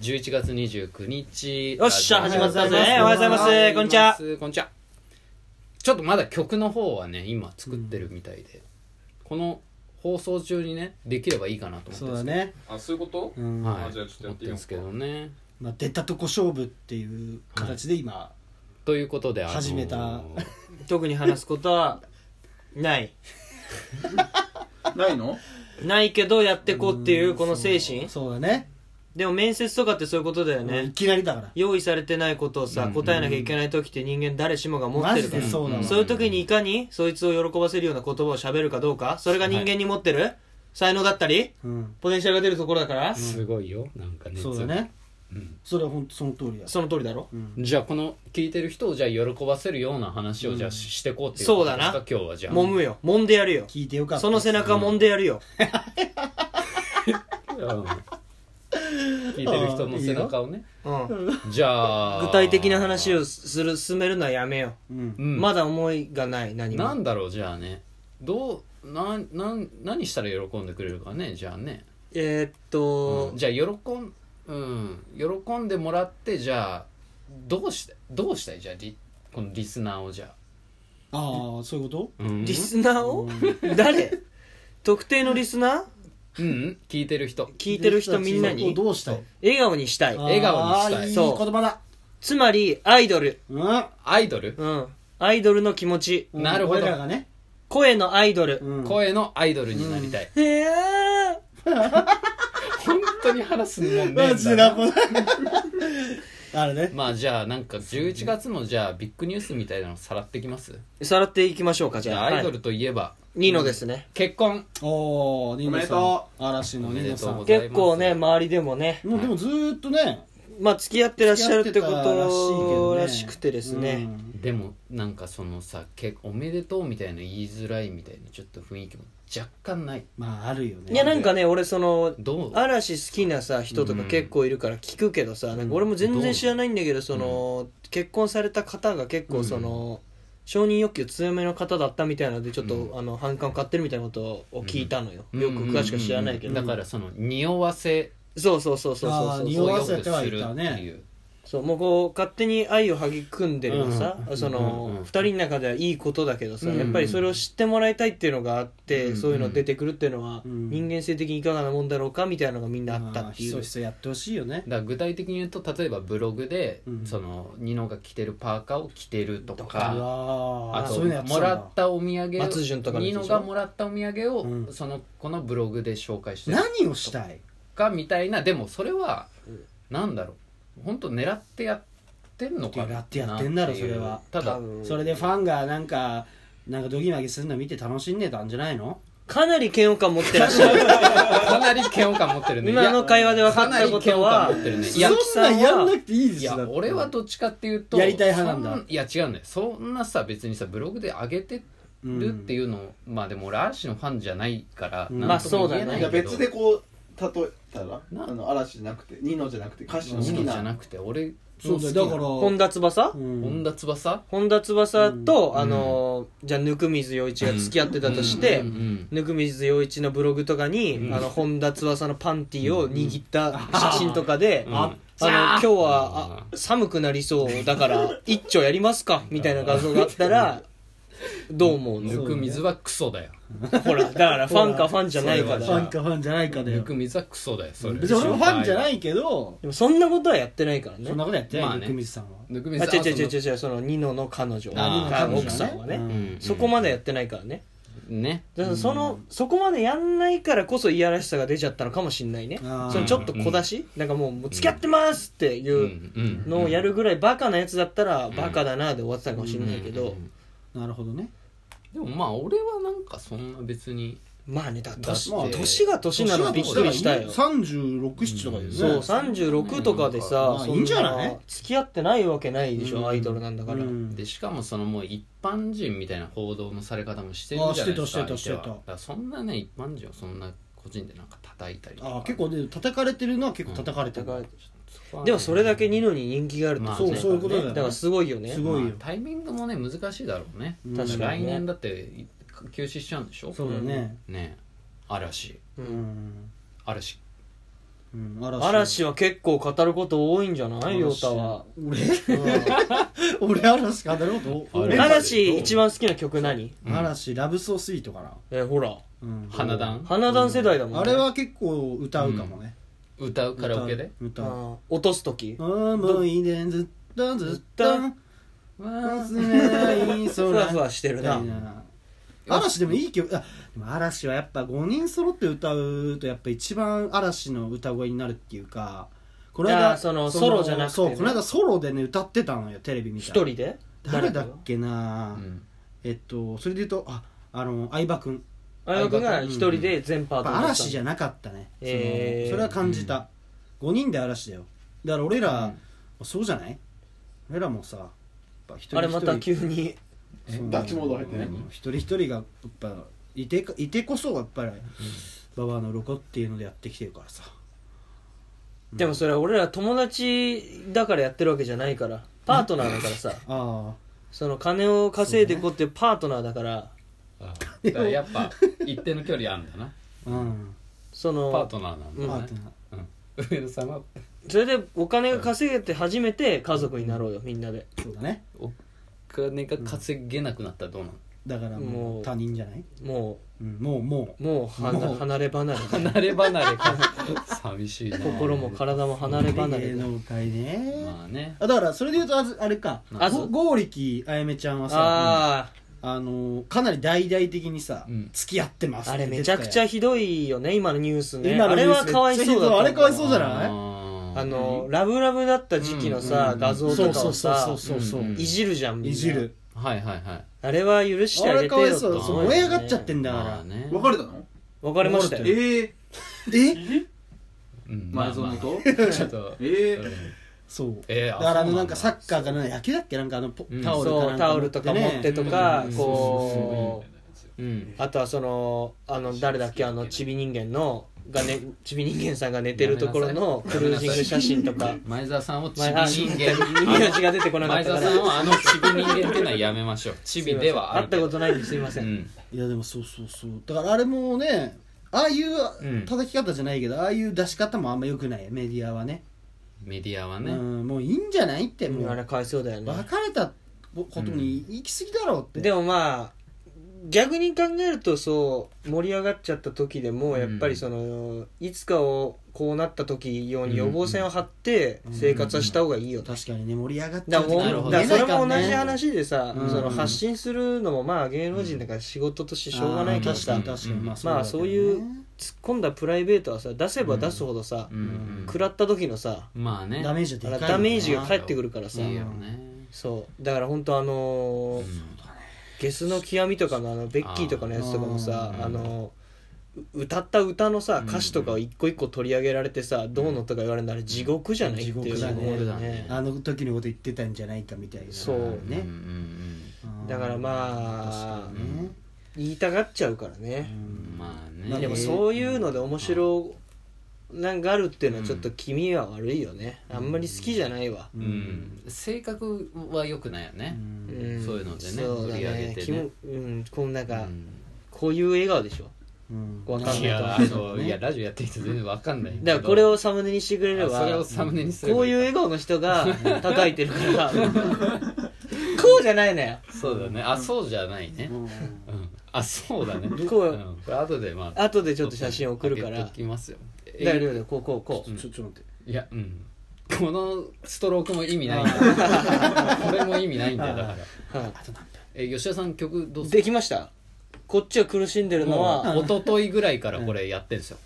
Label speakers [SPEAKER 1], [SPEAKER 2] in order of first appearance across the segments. [SPEAKER 1] 11月29日
[SPEAKER 2] よっしゃ
[SPEAKER 1] ラジ
[SPEAKER 2] 始
[SPEAKER 1] オ
[SPEAKER 2] まったぜ
[SPEAKER 1] ラジオ
[SPEAKER 2] おはようございます
[SPEAKER 1] おはようございま
[SPEAKER 2] こ
[SPEAKER 1] すこんにちはちょっとまだ曲の方はね今作ってるみたいで、この放送中にねできればいいかなと思って
[SPEAKER 3] そう
[SPEAKER 1] ま
[SPEAKER 3] だ
[SPEAKER 1] す
[SPEAKER 3] ね、
[SPEAKER 4] あそういうこと
[SPEAKER 3] うん
[SPEAKER 1] はい
[SPEAKER 4] あじゃあちょっとや
[SPEAKER 1] 思っ
[SPEAKER 4] ってて
[SPEAKER 1] る
[SPEAKER 4] み
[SPEAKER 1] ん
[SPEAKER 4] ようか
[SPEAKER 1] ですけどね
[SPEAKER 3] まあ、出たとこ勝負っていう形で今、
[SPEAKER 1] ということで、あのー
[SPEAKER 3] 始めた
[SPEAKER 2] 特に話すことは ない
[SPEAKER 4] ないの
[SPEAKER 2] ないけどやってこうっていうこの精神
[SPEAKER 3] そうだね
[SPEAKER 2] でも面接とかってそういうことだよ
[SPEAKER 3] うんい
[SPEAKER 2] ね
[SPEAKER 3] きなりだから
[SPEAKER 2] 用意されてないことをさ答えなきゃいけない時って人間誰しもが持っ
[SPEAKER 3] マ
[SPEAKER 2] てる
[SPEAKER 3] ジ
[SPEAKER 2] か
[SPEAKER 3] で
[SPEAKER 2] ら
[SPEAKER 3] そうだわ、
[SPEAKER 1] ん
[SPEAKER 2] そういう時にいかにそいつを喜ばせるような言葉を喋るかどうかそれが人間に持ってる才能だったり
[SPEAKER 3] うん
[SPEAKER 2] ポテンシャルが出るところだから
[SPEAKER 1] すごいよなんかね
[SPEAKER 3] そうだね
[SPEAKER 1] うん
[SPEAKER 3] それは本当その通りだ
[SPEAKER 2] その通りだろ
[SPEAKER 3] うん
[SPEAKER 1] じゃあこの聞いてる人をじゃあ喜ばせるような話をじゃあししてこうっていう
[SPEAKER 2] そう
[SPEAKER 1] こと
[SPEAKER 2] だ
[SPEAKER 1] で
[SPEAKER 2] な
[SPEAKER 1] すか今日はじゃあ
[SPEAKER 2] 揉むよ揉んでやるよ
[SPEAKER 3] 聞いてよかった
[SPEAKER 2] その背中揉んでやるよ
[SPEAKER 1] うん聞いてる人の背中をね
[SPEAKER 2] うん
[SPEAKER 1] じゃあ
[SPEAKER 2] 具体的な話をする進めるのはやめよ
[SPEAKER 3] うん
[SPEAKER 2] う
[SPEAKER 1] うん
[SPEAKER 2] まだ思いがない何も
[SPEAKER 1] なんだろうじゃあねどうなんなん何したら喜んでくれるかねじゃあね、
[SPEAKER 2] えーっ
[SPEAKER 1] う
[SPEAKER 2] と
[SPEAKER 1] ん、じゃあ喜んうん喜んでもらってじゃあどうしたどうしたいじゃあリこのリスナーをじゃ
[SPEAKER 3] ああそういうこ
[SPEAKER 1] あ、
[SPEAKER 3] と
[SPEAKER 1] うん、
[SPEAKER 2] リスナーを 誰特定のリスナー
[SPEAKER 1] うん聞いてる人
[SPEAKER 2] 聞いてる人みんな
[SPEAKER 3] そう
[SPEAKER 2] に
[SPEAKER 3] どうしたい
[SPEAKER 2] 笑顔にしたい
[SPEAKER 1] ー笑顔にしたい
[SPEAKER 3] あーいい
[SPEAKER 2] そう
[SPEAKER 3] 言葉だ
[SPEAKER 2] つまりアイドル
[SPEAKER 3] うん
[SPEAKER 1] アイドル、
[SPEAKER 2] うんアイドルの気持ち
[SPEAKER 3] うん
[SPEAKER 1] なるほど
[SPEAKER 3] 俺らがね、
[SPEAKER 2] 声のアイドル
[SPEAKER 3] うん
[SPEAKER 1] 声のアイドルになりたい、
[SPEAKER 2] へえ
[SPEAKER 1] 本当に話すもんねえ
[SPEAKER 3] マ
[SPEAKER 1] ん
[SPEAKER 3] ジで
[SPEAKER 1] だ
[SPEAKER 3] な
[SPEAKER 1] な
[SPEAKER 3] こあれね
[SPEAKER 1] まあじゃあなんか11月のじゃあビッグニュースみたいなのさらってきます
[SPEAKER 2] さらっていきましょうか
[SPEAKER 1] じ
[SPEAKER 2] じ
[SPEAKER 1] ゃ
[SPEAKER 2] ゃ
[SPEAKER 1] あ
[SPEAKER 2] あ
[SPEAKER 1] アイド
[SPEAKER 2] はい
[SPEAKER 1] ルといえば、
[SPEAKER 2] ニノですね
[SPEAKER 1] 結婚
[SPEAKER 3] おおニノさん
[SPEAKER 4] おめでと
[SPEAKER 3] 嵐のニノさ
[SPEAKER 1] おめ
[SPEAKER 3] ん
[SPEAKER 1] でとうござい
[SPEAKER 2] 結
[SPEAKER 1] ます
[SPEAKER 2] 構ね周りでもね
[SPEAKER 3] もうでもずーっとね
[SPEAKER 2] まあ付き合ってらっしゃるってこ
[SPEAKER 3] 付き合ってたらしいけど
[SPEAKER 2] と
[SPEAKER 3] ね
[SPEAKER 2] らしくてですね
[SPEAKER 3] うん
[SPEAKER 1] でもなんかそのさけおめでとうみたいな言いづらいみたいなちょっと雰囲気も若干ない
[SPEAKER 3] まああるよね
[SPEAKER 2] いやなんかね俺その
[SPEAKER 1] どう
[SPEAKER 2] 嵐好きなさ人とか結構いるから聞くけどさ、なんか俺も全然知らないんだけどその、結婚された方が結構その、承認欲求強めの方だったみたいなのでちょっと、
[SPEAKER 1] う
[SPEAKER 2] あの反感を買ってるみたいなことを聞いたのよ、よく詳しくは知らないけど、
[SPEAKER 1] だからその匂わせ
[SPEAKER 2] そうそうそうそう
[SPEAKER 3] あー
[SPEAKER 2] そうそう
[SPEAKER 3] 匂
[SPEAKER 1] を
[SPEAKER 3] わ
[SPEAKER 1] よくす
[SPEAKER 3] せ
[SPEAKER 1] るって
[SPEAKER 3] てはい
[SPEAKER 1] い
[SPEAKER 3] た
[SPEAKER 1] う、
[SPEAKER 3] ね
[SPEAKER 2] そうもうこう勝手に愛を育んでるのさ、
[SPEAKER 1] うん
[SPEAKER 2] そ
[SPEAKER 1] うんうん
[SPEAKER 2] の
[SPEAKER 1] うん
[SPEAKER 2] 二人の中ではいいことだけどさ、
[SPEAKER 1] うん
[SPEAKER 2] やっぱりそれを知ってもらいたいっていうのがあって、
[SPEAKER 1] うん
[SPEAKER 2] そういうの出てくるっていうのは、
[SPEAKER 3] うん
[SPEAKER 2] 人間性的にいかがなもんだろうかみたいなのがみんなあった
[SPEAKER 3] まあ
[SPEAKER 2] って
[SPEAKER 3] ひ
[SPEAKER 2] い
[SPEAKER 3] そうひそやってほしいよね
[SPEAKER 1] だから具体的に言うと例えばブログで、
[SPEAKER 3] うん
[SPEAKER 1] そのニノが着てるパーカーを着てるとか
[SPEAKER 3] あ
[SPEAKER 1] あ
[SPEAKER 3] あ
[SPEAKER 1] と
[SPEAKER 3] そういうのやってた
[SPEAKER 1] も
[SPEAKER 3] んだ
[SPEAKER 1] らったお土産
[SPEAKER 2] 松潤とか
[SPEAKER 1] を
[SPEAKER 2] の
[SPEAKER 1] ニ
[SPEAKER 2] 人でしょ
[SPEAKER 1] ノがもらったお土産を、
[SPEAKER 3] うん
[SPEAKER 1] そのこのブログで紹介してる
[SPEAKER 3] 何をしたい
[SPEAKER 1] かみたいなでもそれは、なんだろう本当狙ってやってんのかな
[SPEAKER 3] 狙ってやってんだろそれは
[SPEAKER 1] ただ
[SPEAKER 2] 多分
[SPEAKER 3] それでファンがなんかなんかドギマギするの見て楽しんでたんじゃないの
[SPEAKER 2] かなり嫌悪感持ってらっしゃる
[SPEAKER 1] かなり嫌悪感持ってるね
[SPEAKER 2] 今の会話で分か
[SPEAKER 1] か
[SPEAKER 2] っ
[SPEAKER 1] なり
[SPEAKER 2] たこ
[SPEAKER 1] 嫌
[SPEAKER 2] と
[SPEAKER 1] 悪感
[SPEAKER 2] は
[SPEAKER 1] 持ってるねい
[SPEAKER 2] いや
[SPEAKER 1] や
[SPEAKER 3] そんなんやんなくていいで
[SPEAKER 1] い
[SPEAKER 3] すよ
[SPEAKER 1] や
[SPEAKER 3] だって
[SPEAKER 1] 俺はどっちかっていうと
[SPEAKER 3] やりたい派なんだ
[SPEAKER 1] そいや違うねそんなさ別にさブログで上げてるっていうの、まあでも俺嵐のファンじゃないから、
[SPEAKER 3] うん
[SPEAKER 1] なんとも言えない
[SPEAKER 4] いや
[SPEAKER 1] けど、
[SPEAKER 4] 別でこう例えたら
[SPEAKER 1] な
[SPEAKER 4] あの嵐じゃなくてニノじゃなくて歌手の好
[SPEAKER 1] ニノ
[SPEAKER 4] き
[SPEAKER 1] じゃ
[SPEAKER 4] な
[SPEAKER 1] なくて俺
[SPEAKER 3] そうだよだから
[SPEAKER 2] 本田翼
[SPEAKER 3] うん
[SPEAKER 1] 本田翼
[SPEAKER 2] 本田翼と、
[SPEAKER 1] うん
[SPEAKER 2] あのーじゃあ温水洋一が付き合ってたとして、
[SPEAKER 1] うんうんうん
[SPEAKER 2] 温水洋一のブログとかに、
[SPEAKER 1] うん
[SPEAKER 2] あの本田翼のパンティを握った写真とかで、
[SPEAKER 1] うん
[SPEAKER 2] ああの今日はあ寒くなりそう だから一丁やりますかみたいな画像があったらどう思う
[SPEAKER 1] ぬ
[SPEAKER 2] の
[SPEAKER 1] く水はクソだよ
[SPEAKER 2] ほらだからファンかファンじゃない
[SPEAKER 1] そ
[SPEAKER 2] かだ
[SPEAKER 1] れ
[SPEAKER 3] フ
[SPEAKER 1] は
[SPEAKER 2] から
[SPEAKER 3] ァンかファンじゃないかだ
[SPEAKER 1] ぬ
[SPEAKER 3] よ
[SPEAKER 1] く水はクソだよそれ
[SPEAKER 3] 別に俺もファンじゃないけど
[SPEAKER 2] でもそんなことはやってないからね
[SPEAKER 3] そんなことやって
[SPEAKER 1] ま
[SPEAKER 3] な
[SPEAKER 1] あね
[SPEAKER 3] いよ久水さんは
[SPEAKER 1] ぬく
[SPEAKER 2] あ
[SPEAKER 1] 水
[SPEAKER 2] 違う違う違う
[SPEAKER 1] う
[SPEAKER 2] 違うそのニノの彼女
[SPEAKER 1] あ
[SPEAKER 2] か
[SPEAKER 1] ー
[SPEAKER 2] 奥さんはね、
[SPEAKER 3] 彼女
[SPEAKER 1] ん
[SPEAKER 2] そこまでやってないからね
[SPEAKER 1] ね
[SPEAKER 2] だからその、そこまでやんないからこそいやらしさが出ちゃったのかもしんないね
[SPEAKER 3] あー
[SPEAKER 2] そのちょっと小出し、なんかもうもう付き合ってますっていううん
[SPEAKER 1] うん
[SPEAKER 2] のをやるぐらいバカなやつだったらバカだなで終わってたかもしんないけど、
[SPEAKER 3] なるほどね
[SPEAKER 1] でもまあ俺はなんかそんな別に
[SPEAKER 2] まあねだから年,、
[SPEAKER 1] まあ
[SPEAKER 2] 年が年なのびっくりしたよ
[SPEAKER 3] 367とかです
[SPEAKER 2] そう
[SPEAKER 3] ね
[SPEAKER 2] 36とかでさ、
[SPEAKER 3] まあ
[SPEAKER 2] そ
[SPEAKER 3] いいんじゃない
[SPEAKER 2] 付き合ってないわけないでしょ、
[SPEAKER 3] うん
[SPEAKER 2] アイドルなんだから、
[SPEAKER 3] うん
[SPEAKER 1] でしかもそのもう一般人みたいな報道のされ方もしてるじゃないですか
[SPEAKER 3] あしてたしてた
[SPEAKER 1] 相手は
[SPEAKER 3] し
[SPEAKER 1] だ
[SPEAKER 3] て
[SPEAKER 1] からそんなね一般人をそんな個人でなんか叩いたりとか
[SPEAKER 3] あー結構ね叩かれてるのは結構叩かれて
[SPEAKER 2] だか
[SPEAKER 3] る
[SPEAKER 2] ら
[SPEAKER 1] 構
[SPEAKER 2] でもそれだけニノに人気があるってこと
[SPEAKER 1] まあねそうそういうこと
[SPEAKER 3] だよね
[SPEAKER 2] からすごいよね
[SPEAKER 3] すごいよ
[SPEAKER 1] タイミングもね難しいだろうね
[SPEAKER 3] うん
[SPEAKER 2] 確かに
[SPEAKER 1] 来
[SPEAKER 2] ね
[SPEAKER 1] 年だって休止しちゃうんでしょ
[SPEAKER 3] そうだね
[SPEAKER 1] ね嵐
[SPEAKER 2] う
[SPEAKER 3] うんん
[SPEAKER 1] 嵐
[SPEAKER 3] うん、嵐
[SPEAKER 2] 嵐は結構語ること多いんじゃない陽
[SPEAKER 3] 嵐
[SPEAKER 2] 太は
[SPEAKER 3] 俺
[SPEAKER 2] うん
[SPEAKER 3] 俺嵐語ること
[SPEAKER 1] あ
[SPEAKER 3] 多
[SPEAKER 1] れ
[SPEAKER 3] い
[SPEAKER 2] 嵐一番好きな曲何
[SPEAKER 1] うん
[SPEAKER 3] 嵐ラブソースイートかな、
[SPEAKER 2] えほら
[SPEAKER 3] うん
[SPEAKER 1] 花壇
[SPEAKER 2] 花壇世代だもんね
[SPEAKER 3] あれは結構歌うかもね、
[SPEAKER 1] 歌うカラオケで
[SPEAKER 3] 歌う
[SPEAKER 2] あー落とす時
[SPEAKER 3] 思い出ずっとずっと
[SPEAKER 1] わ
[SPEAKER 3] 忘れない
[SPEAKER 2] ふわ
[SPEAKER 3] 空
[SPEAKER 2] ふわしてるな
[SPEAKER 3] 嵐でもいい曲あでも嵐はやっぱ5人揃って歌うとやっぱ一番嵐の歌声になるっていうかこの
[SPEAKER 2] あ
[SPEAKER 3] 間
[SPEAKER 2] ーそのソロじゃなくて
[SPEAKER 3] そうこの間ソロでね歌ってたのよテレビ見た
[SPEAKER 2] 一
[SPEAKER 3] ら
[SPEAKER 2] 人で
[SPEAKER 3] 誰だっけな、
[SPEAKER 1] うん
[SPEAKER 3] えっとそれで言うとああの相葉君
[SPEAKER 2] あやくんが一人で全パ
[SPEAKER 3] や
[SPEAKER 2] ー
[SPEAKER 3] っ
[SPEAKER 2] ト
[SPEAKER 3] ぱ嵐じ
[SPEAKER 2] ゃ
[SPEAKER 3] ゃなかったね、
[SPEAKER 2] えー
[SPEAKER 3] そのそれは感じた、5人で嵐だよだから俺ら、そうじゃない俺らもさやっぱ一人一人
[SPEAKER 2] あれまた急に
[SPEAKER 1] え
[SPEAKER 4] ダッチモード入ってね
[SPEAKER 3] うん一人一人がやっぱいてかいてこそやっぱり馬場のロコっていうのでやってきてるからさ
[SPEAKER 2] でもそれは俺ら友達だからやってるわけじゃないからパートナーだからさ
[SPEAKER 3] あ
[SPEAKER 2] その金を稼いでいこうっていうパートナーだから
[SPEAKER 1] あだからやっぱ一定の距離あんだな
[SPEAKER 3] あうん
[SPEAKER 2] そ
[SPEAKER 1] パー
[SPEAKER 2] の
[SPEAKER 1] トナーなん
[SPEAKER 3] パ
[SPEAKER 1] だ
[SPEAKER 3] ー
[SPEAKER 1] ね
[SPEAKER 3] トナ
[SPEAKER 1] 上野さんは
[SPEAKER 2] それでお金が稼げて初めて家族になろうよみんなで
[SPEAKER 3] ーそうだね
[SPEAKER 1] お金が稼げなくなったらどうなの
[SPEAKER 3] だから
[SPEAKER 2] も
[SPEAKER 3] も
[SPEAKER 2] う
[SPEAKER 3] う他人じゃない、
[SPEAKER 2] も
[SPEAKER 3] うん、もうも
[SPEAKER 2] うもうは
[SPEAKER 3] もう
[SPEAKER 2] 離れ 離れ
[SPEAKER 1] 離れ離れか寂しいな
[SPEAKER 2] 心も体も
[SPEAKER 3] う
[SPEAKER 2] 離れ離れ
[SPEAKER 3] 芸能界ね、
[SPEAKER 1] まあね
[SPEAKER 3] あだからそれで言うとあずあれか
[SPEAKER 2] あず
[SPEAKER 3] ご剛力 あやめちゃんはさ
[SPEAKER 2] あ
[SPEAKER 3] あのーかなり大々的にさ、
[SPEAKER 1] うん
[SPEAKER 3] 付き合ってます
[SPEAKER 2] あ
[SPEAKER 3] っ
[SPEAKER 2] あ
[SPEAKER 3] て
[SPEAKER 2] れめちゃくちゃ
[SPEAKER 3] 出て
[SPEAKER 2] ひどいよね今のニュース
[SPEAKER 3] たよ
[SPEAKER 2] ね
[SPEAKER 3] 今
[SPEAKER 2] あ
[SPEAKER 3] のニ
[SPEAKER 2] れ
[SPEAKER 3] ュース
[SPEAKER 2] はかわいそうだった
[SPEAKER 3] めっちゃひどいあれかわいそうじゃ
[SPEAKER 1] あ
[SPEAKER 3] ない
[SPEAKER 1] ー
[SPEAKER 2] あのラブラブだった時期の
[SPEAKER 1] うんうん
[SPEAKER 2] さ
[SPEAKER 1] うん
[SPEAKER 2] 画像と
[SPEAKER 3] そう
[SPEAKER 2] か
[SPEAKER 3] そ
[SPEAKER 2] を
[SPEAKER 3] うそ
[SPEAKER 2] さ
[SPEAKER 3] うそうそう、
[SPEAKER 1] うんうん
[SPEAKER 2] いじるじゃんみんない
[SPEAKER 3] じる
[SPEAKER 1] はいはいはい
[SPEAKER 2] あれは許して
[SPEAKER 3] あ
[SPEAKER 2] あ
[SPEAKER 3] れ
[SPEAKER 2] げて
[SPEAKER 3] か
[SPEAKER 2] よ
[SPEAKER 3] わいそう
[SPEAKER 1] と
[SPEAKER 3] そう
[SPEAKER 1] 思うよね
[SPEAKER 3] 燃え上がっちゃってんだから、
[SPEAKER 1] まあね
[SPEAKER 4] 別れたの
[SPEAKER 2] 別れましたよ
[SPEAKER 4] ええ
[SPEAKER 3] え
[SPEAKER 1] うんまあ
[SPEAKER 4] 前園と
[SPEAKER 1] まあちょっと
[SPEAKER 4] え
[SPEAKER 1] う
[SPEAKER 4] え
[SPEAKER 1] ん
[SPEAKER 3] そう
[SPEAKER 1] えー
[SPEAKER 3] だ
[SPEAKER 1] あ
[SPEAKER 3] からあ
[SPEAKER 1] そ
[SPEAKER 3] の
[SPEAKER 1] うな
[SPEAKER 3] な
[SPEAKER 1] んん
[SPEAKER 3] か
[SPEAKER 1] だ
[SPEAKER 3] サッカーかな野球だっけなんかあのポ
[SPEAKER 1] うん
[SPEAKER 3] タオルか
[SPEAKER 2] そ
[SPEAKER 3] な
[SPEAKER 2] うんタオルとか持ってとか
[SPEAKER 1] うん
[SPEAKER 2] こう
[SPEAKER 1] うん
[SPEAKER 2] あとはそのあの誰だっけあのちび人間のがねちび人間さんが寝てるところのクルージング写真とか
[SPEAKER 1] 前澤さんをちび
[SPEAKER 2] 前あ
[SPEAKER 1] 人
[SPEAKER 2] 宮
[SPEAKER 1] 間
[SPEAKER 2] 地が出てこなか
[SPEAKER 1] 前
[SPEAKER 2] ったか
[SPEAKER 1] 澤
[SPEAKER 2] ら
[SPEAKER 1] さんをあのちび人間っていうのはやめましょうちびではあ
[SPEAKER 2] 会
[SPEAKER 1] る
[SPEAKER 2] った
[SPEAKER 1] けど
[SPEAKER 2] ことないんですいませ
[SPEAKER 1] うんん
[SPEAKER 3] いやでもそうそうそうだからあれもねああい
[SPEAKER 1] うん
[SPEAKER 3] う叩き方じゃないけど、ああいう出し方もあんまよくないメディアはね
[SPEAKER 1] メディアは
[SPEAKER 3] う
[SPEAKER 1] ね
[SPEAKER 3] んもういいんじゃないってもう
[SPEAKER 2] あれ
[SPEAKER 3] 別
[SPEAKER 2] かわいそうだよね
[SPEAKER 3] れたことに行き過ぎだろうって、
[SPEAKER 2] でもまあ逆に考えるとそう盛り上がっちゃった時でも
[SPEAKER 1] うん
[SPEAKER 2] やっぱりその、いつかをこうなった時ように予防線を張って生活はした方がいいよと、
[SPEAKER 3] 確かにね盛り上がっち
[SPEAKER 2] だ
[SPEAKER 3] ゃう
[SPEAKER 2] か
[SPEAKER 3] と
[SPEAKER 1] なる
[SPEAKER 2] ら
[SPEAKER 1] ほど
[SPEAKER 2] もうだからそれも
[SPEAKER 3] 見
[SPEAKER 2] 同
[SPEAKER 3] え
[SPEAKER 2] じ
[SPEAKER 3] ないからね
[SPEAKER 2] 話でさ、
[SPEAKER 3] うん
[SPEAKER 2] その発信するのもまあ芸能人だから仕事としてしょうがないけどさ、
[SPEAKER 3] あー確かに確かにまあ
[SPEAKER 2] まあ
[SPEAKER 3] だけ
[SPEAKER 2] そ
[SPEAKER 3] ど
[SPEAKER 2] う
[SPEAKER 3] ね
[SPEAKER 2] いう突っ込んだプライベートはさ出せば出すほどさ、
[SPEAKER 1] うんうん
[SPEAKER 2] 食らった時のさ
[SPEAKER 1] まあね
[SPEAKER 3] ダメージはでかいよね
[SPEAKER 2] ダメージが返ってくるからさ
[SPEAKER 1] いいよね
[SPEAKER 2] そうだから本当あ
[SPEAKER 1] う
[SPEAKER 2] のー
[SPEAKER 1] ん
[SPEAKER 2] ゲスの極みとかのあのベッキーとかのやつとかもさ
[SPEAKER 1] あー
[SPEAKER 2] あのう歌った歌のさ
[SPEAKER 1] うん
[SPEAKER 2] 歌詞とかを一個一個取り上げられてさ、どうのとか言われるなら地獄じゃないっていう
[SPEAKER 3] 地獄だね
[SPEAKER 2] 思うよ
[SPEAKER 3] あの時のこと言ってたんじゃないかみたいな
[SPEAKER 2] そう
[SPEAKER 1] うん
[SPEAKER 3] ね、うん
[SPEAKER 2] だからまあ
[SPEAKER 3] 確かにね
[SPEAKER 2] 言いたがっちゃうから
[SPEAKER 3] う
[SPEAKER 2] ね、
[SPEAKER 1] うんうん
[SPEAKER 3] ん
[SPEAKER 1] まあ
[SPEAKER 3] まあ
[SPEAKER 1] ね
[SPEAKER 2] でも
[SPEAKER 3] ね
[SPEAKER 2] そういうので面白なんかあるっていうのはちょっと気味は悪いよね、あんまり好きじゃないわ、
[SPEAKER 1] う
[SPEAKER 3] うんん
[SPEAKER 1] 性格は良くないよね
[SPEAKER 3] うん
[SPEAKER 2] ん
[SPEAKER 1] そういうのでね
[SPEAKER 2] そうだ
[SPEAKER 1] 取り上げてね
[SPEAKER 2] 気もうんこんなん
[SPEAKER 1] う
[SPEAKER 2] か、
[SPEAKER 1] ん
[SPEAKER 2] こういう笑顔でしょ
[SPEAKER 3] うん
[SPEAKER 2] わかんない
[SPEAKER 1] いやあのいやラジオやってきて全然わかんないけど
[SPEAKER 2] だからこれをサムネにしてくれれば
[SPEAKER 1] あそれをサムネにすれば
[SPEAKER 2] こういう笑顔の人 が叩いてるからこうじゃないのよ
[SPEAKER 1] そうだねあそうじゃないね
[SPEAKER 3] うん
[SPEAKER 1] うんあそうだね
[SPEAKER 2] こう
[SPEAKER 1] うんこれ後でまあ
[SPEAKER 2] 後でちょっと写真送るから
[SPEAKER 1] 上
[SPEAKER 2] だ
[SPEAKER 1] げときますよ
[SPEAKER 2] から亮太こうこうこう
[SPEAKER 3] ちょちょっと待って
[SPEAKER 1] いやうんこのストロークも意味ないん だこれも意味ないんだよだから
[SPEAKER 2] は
[SPEAKER 1] あと何分え吉田さん曲どう
[SPEAKER 2] い
[SPEAKER 1] する
[SPEAKER 2] できましたこっちは苦しんでるのは
[SPEAKER 1] もう一昨日ぐらいからこれやってんすよ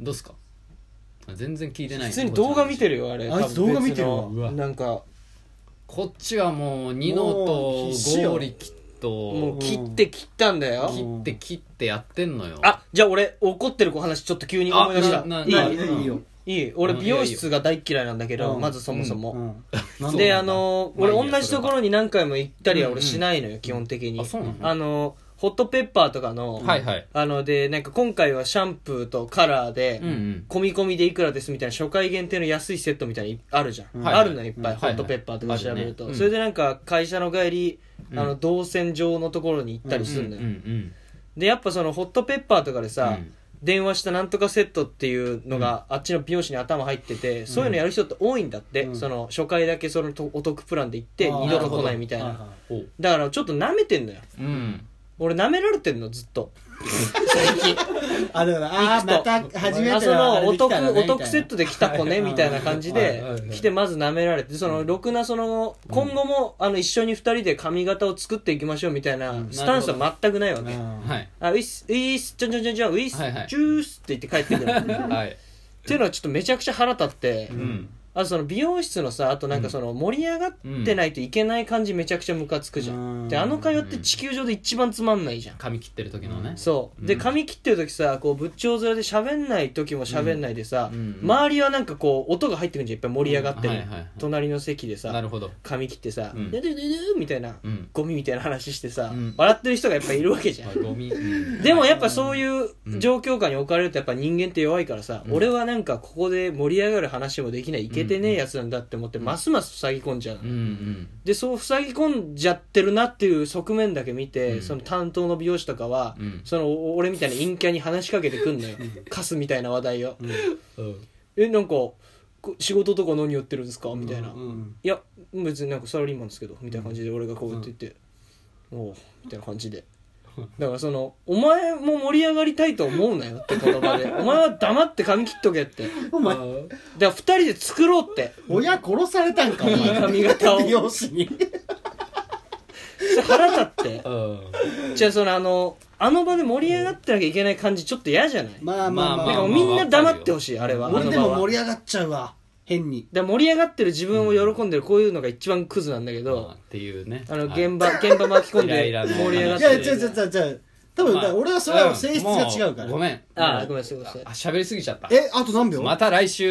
[SPEAKER 1] どうっすかあ全然聞いてない
[SPEAKER 2] 普通に動画見てるよあれ
[SPEAKER 3] あいつ動画見てるわ
[SPEAKER 2] 多分
[SPEAKER 1] う
[SPEAKER 2] 別の
[SPEAKER 1] わ
[SPEAKER 2] なんか
[SPEAKER 1] こっちはもうニノ
[SPEAKER 3] もう
[SPEAKER 1] と
[SPEAKER 3] 必死よ
[SPEAKER 1] ゴーリキ
[SPEAKER 2] も
[SPEAKER 1] と
[SPEAKER 2] う切って切ったんだよ
[SPEAKER 3] う
[SPEAKER 1] 切って切ってやってんのよ
[SPEAKER 2] あじゃあ俺怒ってる子話ちょっと急に思い出した
[SPEAKER 1] あないない
[SPEAKER 3] いいよ
[SPEAKER 2] いい俺美容室が大嫌いなんだけ
[SPEAKER 3] う
[SPEAKER 2] ど
[SPEAKER 3] ん
[SPEAKER 2] まずそもそも、
[SPEAKER 3] うん
[SPEAKER 2] であの
[SPEAKER 1] まあいいや
[SPEAKER 2] 俺同じところに何回も行ったりは俺しないのよ基本的に
[SPEAKER 1] あそうなの
[SPEAKER 2] あのホットペッパーとかの
[SPEAKER 1] はいはい
[SPEAKER 2] あのでなんか今回はシャンプーとカラーで
[SPEAKER 1] うんうん
[SPEAKER 2] 込み込みでいくらですみたいな初回限定の安いセットみたいにあるじゃん、
[SPEAKER 1] はい
[SPEAKER 2] あるのよいっぱい、
[SPEAKER 1] うん
[SPEAKER 2] ホットペッパーとか調べると、
[SPEAKER 1] はいはいあるねうん
[SPEAKER 2] それでなんか会社の帰りあ
[SPEAKER 1] うん
[SPEAKER 2] の動線上のところに行ったりするのよ、
[SPEAKER 1] うんうん
[SPEAKER 2] でやっぱそのホットペッパーとかでさ、
[SPEAKER 1] うん
[SPEAKER 2] 電話したなんとかセットっていうのが、あっちの美容師に頭入ってて、そういうのやる人って多いんだって、
[SPEAKER 3] うん
[SPEAKER 2] その初回だけそのとお得プランで行って
[SPEAKER 3] あー
[SPEAKER 2] 二度と来ないみたいな
[SPEAKER 3] なるほどは
[SPEAKER 1] おう
[SPEAKER 2] だからちょっと舐めてんのよ
[SPEAKER 1] うん
[SPEAKER 2] 俺舐められてんのずっと最近
[SPEAKER 3] あだからああ
[SPEAKER 2] 行
[SPEAKER 3] ま
[SPEAKER 2] くと
[SPEAKER 3] た初め
[SPEAKER 2] あ
[SPEAKER 3] て
[SPEAKER 2] そ
[SPEAKER 3] の
[SPEAKER 2] の
[SPEAKER 3] あれ
[SPEAKER 2] お
[SPEAKER 3] でき
[SPEAKER 2] 得
[SPEAKER 3] たらね
[SPEAKER 2] お得セットで来た子ね
[SPEAKER 3] はい
[SPEAKER 2] みたいな感じで
[SPEAKER 1] はいはいはい
[SPEAKER 2] 来てまず舐められてそのろくなその今後もあの一緒に二人で髪型を作っていきましょうみたいなスタンスは全くないわ
[SPEAKER 3] みたい
[SPEAKER 2] け
[SPEAKER 3] なうん
[SPEAKER 1] はい
[SPEAKER 2] あウィスウィスちょんちょんちょんちょんウィス
[SPEAKER 1] はいはい
[SPEAKER 2] ジュースって言って帰ってくるっ
[SPEAKER 1] はい
[SPEAKER 2] ていうのはちょっとめちゃくちゃ腹立って
[SPEAKER 1] うん
[SPEAKER 2] あとその美容室のさあとなんかその盛り上がってないといけない感じめちゃくちゃムカつくじゃ
[SPEAKER 3] うん
[SPEAKER 2] んであの会話って地球上で一番つまんないじゃん
[SPEAKER 1] 髪切ってる時のね
[SPEAKER 2] そうで
[SPEAKER 1] うん
[SPEAKER 2] 髪切ってる時さこう仏頂面で喋んない時も喋んないでさ、
[SPEAKER 1] うん
[SPEAKER 2] 周りはなんかこう音が入ってくんじゃんいっぱい盛り上がってる、
[SPEAKER 1] うんはいはいはい
[SPEAKER 2] 隣の席で
[SPEAKER 1] な
[SPEAKER 2] さ
[SPEAKER 1] るほど
[SPEAKER 2] 髪切ってさ
[SPEAKER 1] う
[SPEAKER 2] 「
[SPEAKER 1] ん
[SPEAKER 2] ででででみたいな、
[SPEAKER 1] うん
[SPEAKER 2] ゴミみたいな話してさ、
[SPEAKER 1] うん
[SPEAKER 2] 笑ってる人がやっぱいるわけじゃ
[SPEAKER 1] ま
[SPEAKER 2] ん、
[SPEAKER 1] あゴミうん
[SPEAKER 2] でもやっぱそういう状況下に置かれるとやっぱ人間って弱いからさ、
[SPEAKER 1] うん
[SPEAKER 2] 俺はなんかここで盛り上がる話もできないいけてねえやつなんだって思って、ますます塞ぎ込んじゃうの、
[SPEAKER 1] うんうん
[SPEAKER 2] でそう塞ぎ込んじゃってるなっていう側面だけ見て、
[SPEAKER 1] うん
[SPEAKER 2] その担当の美容師とかは、
[SPEAKER 1] うん
[SPEAKER 2] そのお俺みたいな陰キャに話しかけてくんのよカスみたいな話題を、
[SPEAKER 1] うん
[SPEAKER 2] えなんかこ仕事とか何やってるんですかみたいな、
[SPEAKER 3] うんうん
[SPEAKER 2] いや別になんかサラリーマンですけどみたいな感じで俺がこうやって言って、おうみたいな感じでだからそのお前も盛り上がりたいと思うなよって言葉でお前は黙って髪切っとけってだか
[SPEAKER 3] お前
[SPEAKER 2] ら二人で作ろうって
[SPEAKER 3] 親殺されたんかお
[SPEAKER 2] いい
[SPEAKER 3] 前
[SPEAKER 2] 髪型を
[SPEAKER 3] 美容師に
[SPEAKER 2] それ腹立って
[SPEAKER 1] うん
[SPEAKER 2] じゃあそのあのあの場で盛り上がってなきゃいけない感じちょっと嫌じゃない、
[SPEAKER 3] まあまあま
[SPEAKER 1] ま
[SPEAKER 3] あ
[SPEAKER 1] あ
[SPEAKER 2] なん
[SPEAKER 1] ま
[SPEAKER 2] か
[SPEAKER 1] あ
[SPEAKER 2] もうみんな黙ってほしいあれはあ
[SPEAKER 3] 俺
[SPEAKER 2] の
[SPEAKER 3] で
[SPEAKER 2] 場
[SPEAKER 3] も
[SPEAKER 2] は
[SPEAKER 3] 盛り上がっちゃうわ変に
[SPEAKER 2] で盛り上がってる自分を喜んでるこういうのが一番クズなんだけ
[SPEAKER 1] まあ
[SPEAKER 2] ど、
[SPEAKER 1] っていうね
[SPEAKER 2] あの
[SPEAKER 1] はい
[SPEAKER 2] 現場、現場巻き込ん
[SPEAKER 1] イラ
[SPEAKER 2] で
[SPEAKER 1] イラの
[SPEAKER 2] 盛り上がっ
[SPEAKER 3] い
[SPEAKER 2] てる
[SPEAKER 3] や違う違う違う違う多分だから俺はそれは性質が違うか
[SPEAKER 1] うん
[SPEAKER 3] ら
[SPEAKER 1] もごめん
[SPEAKER 2] あーごめんなさいごめんなさい
[SPEAKER 1] あ喋りすぎちゃった
[SPEAKER 3] えあと何秒
[SPEAKER 1] また来週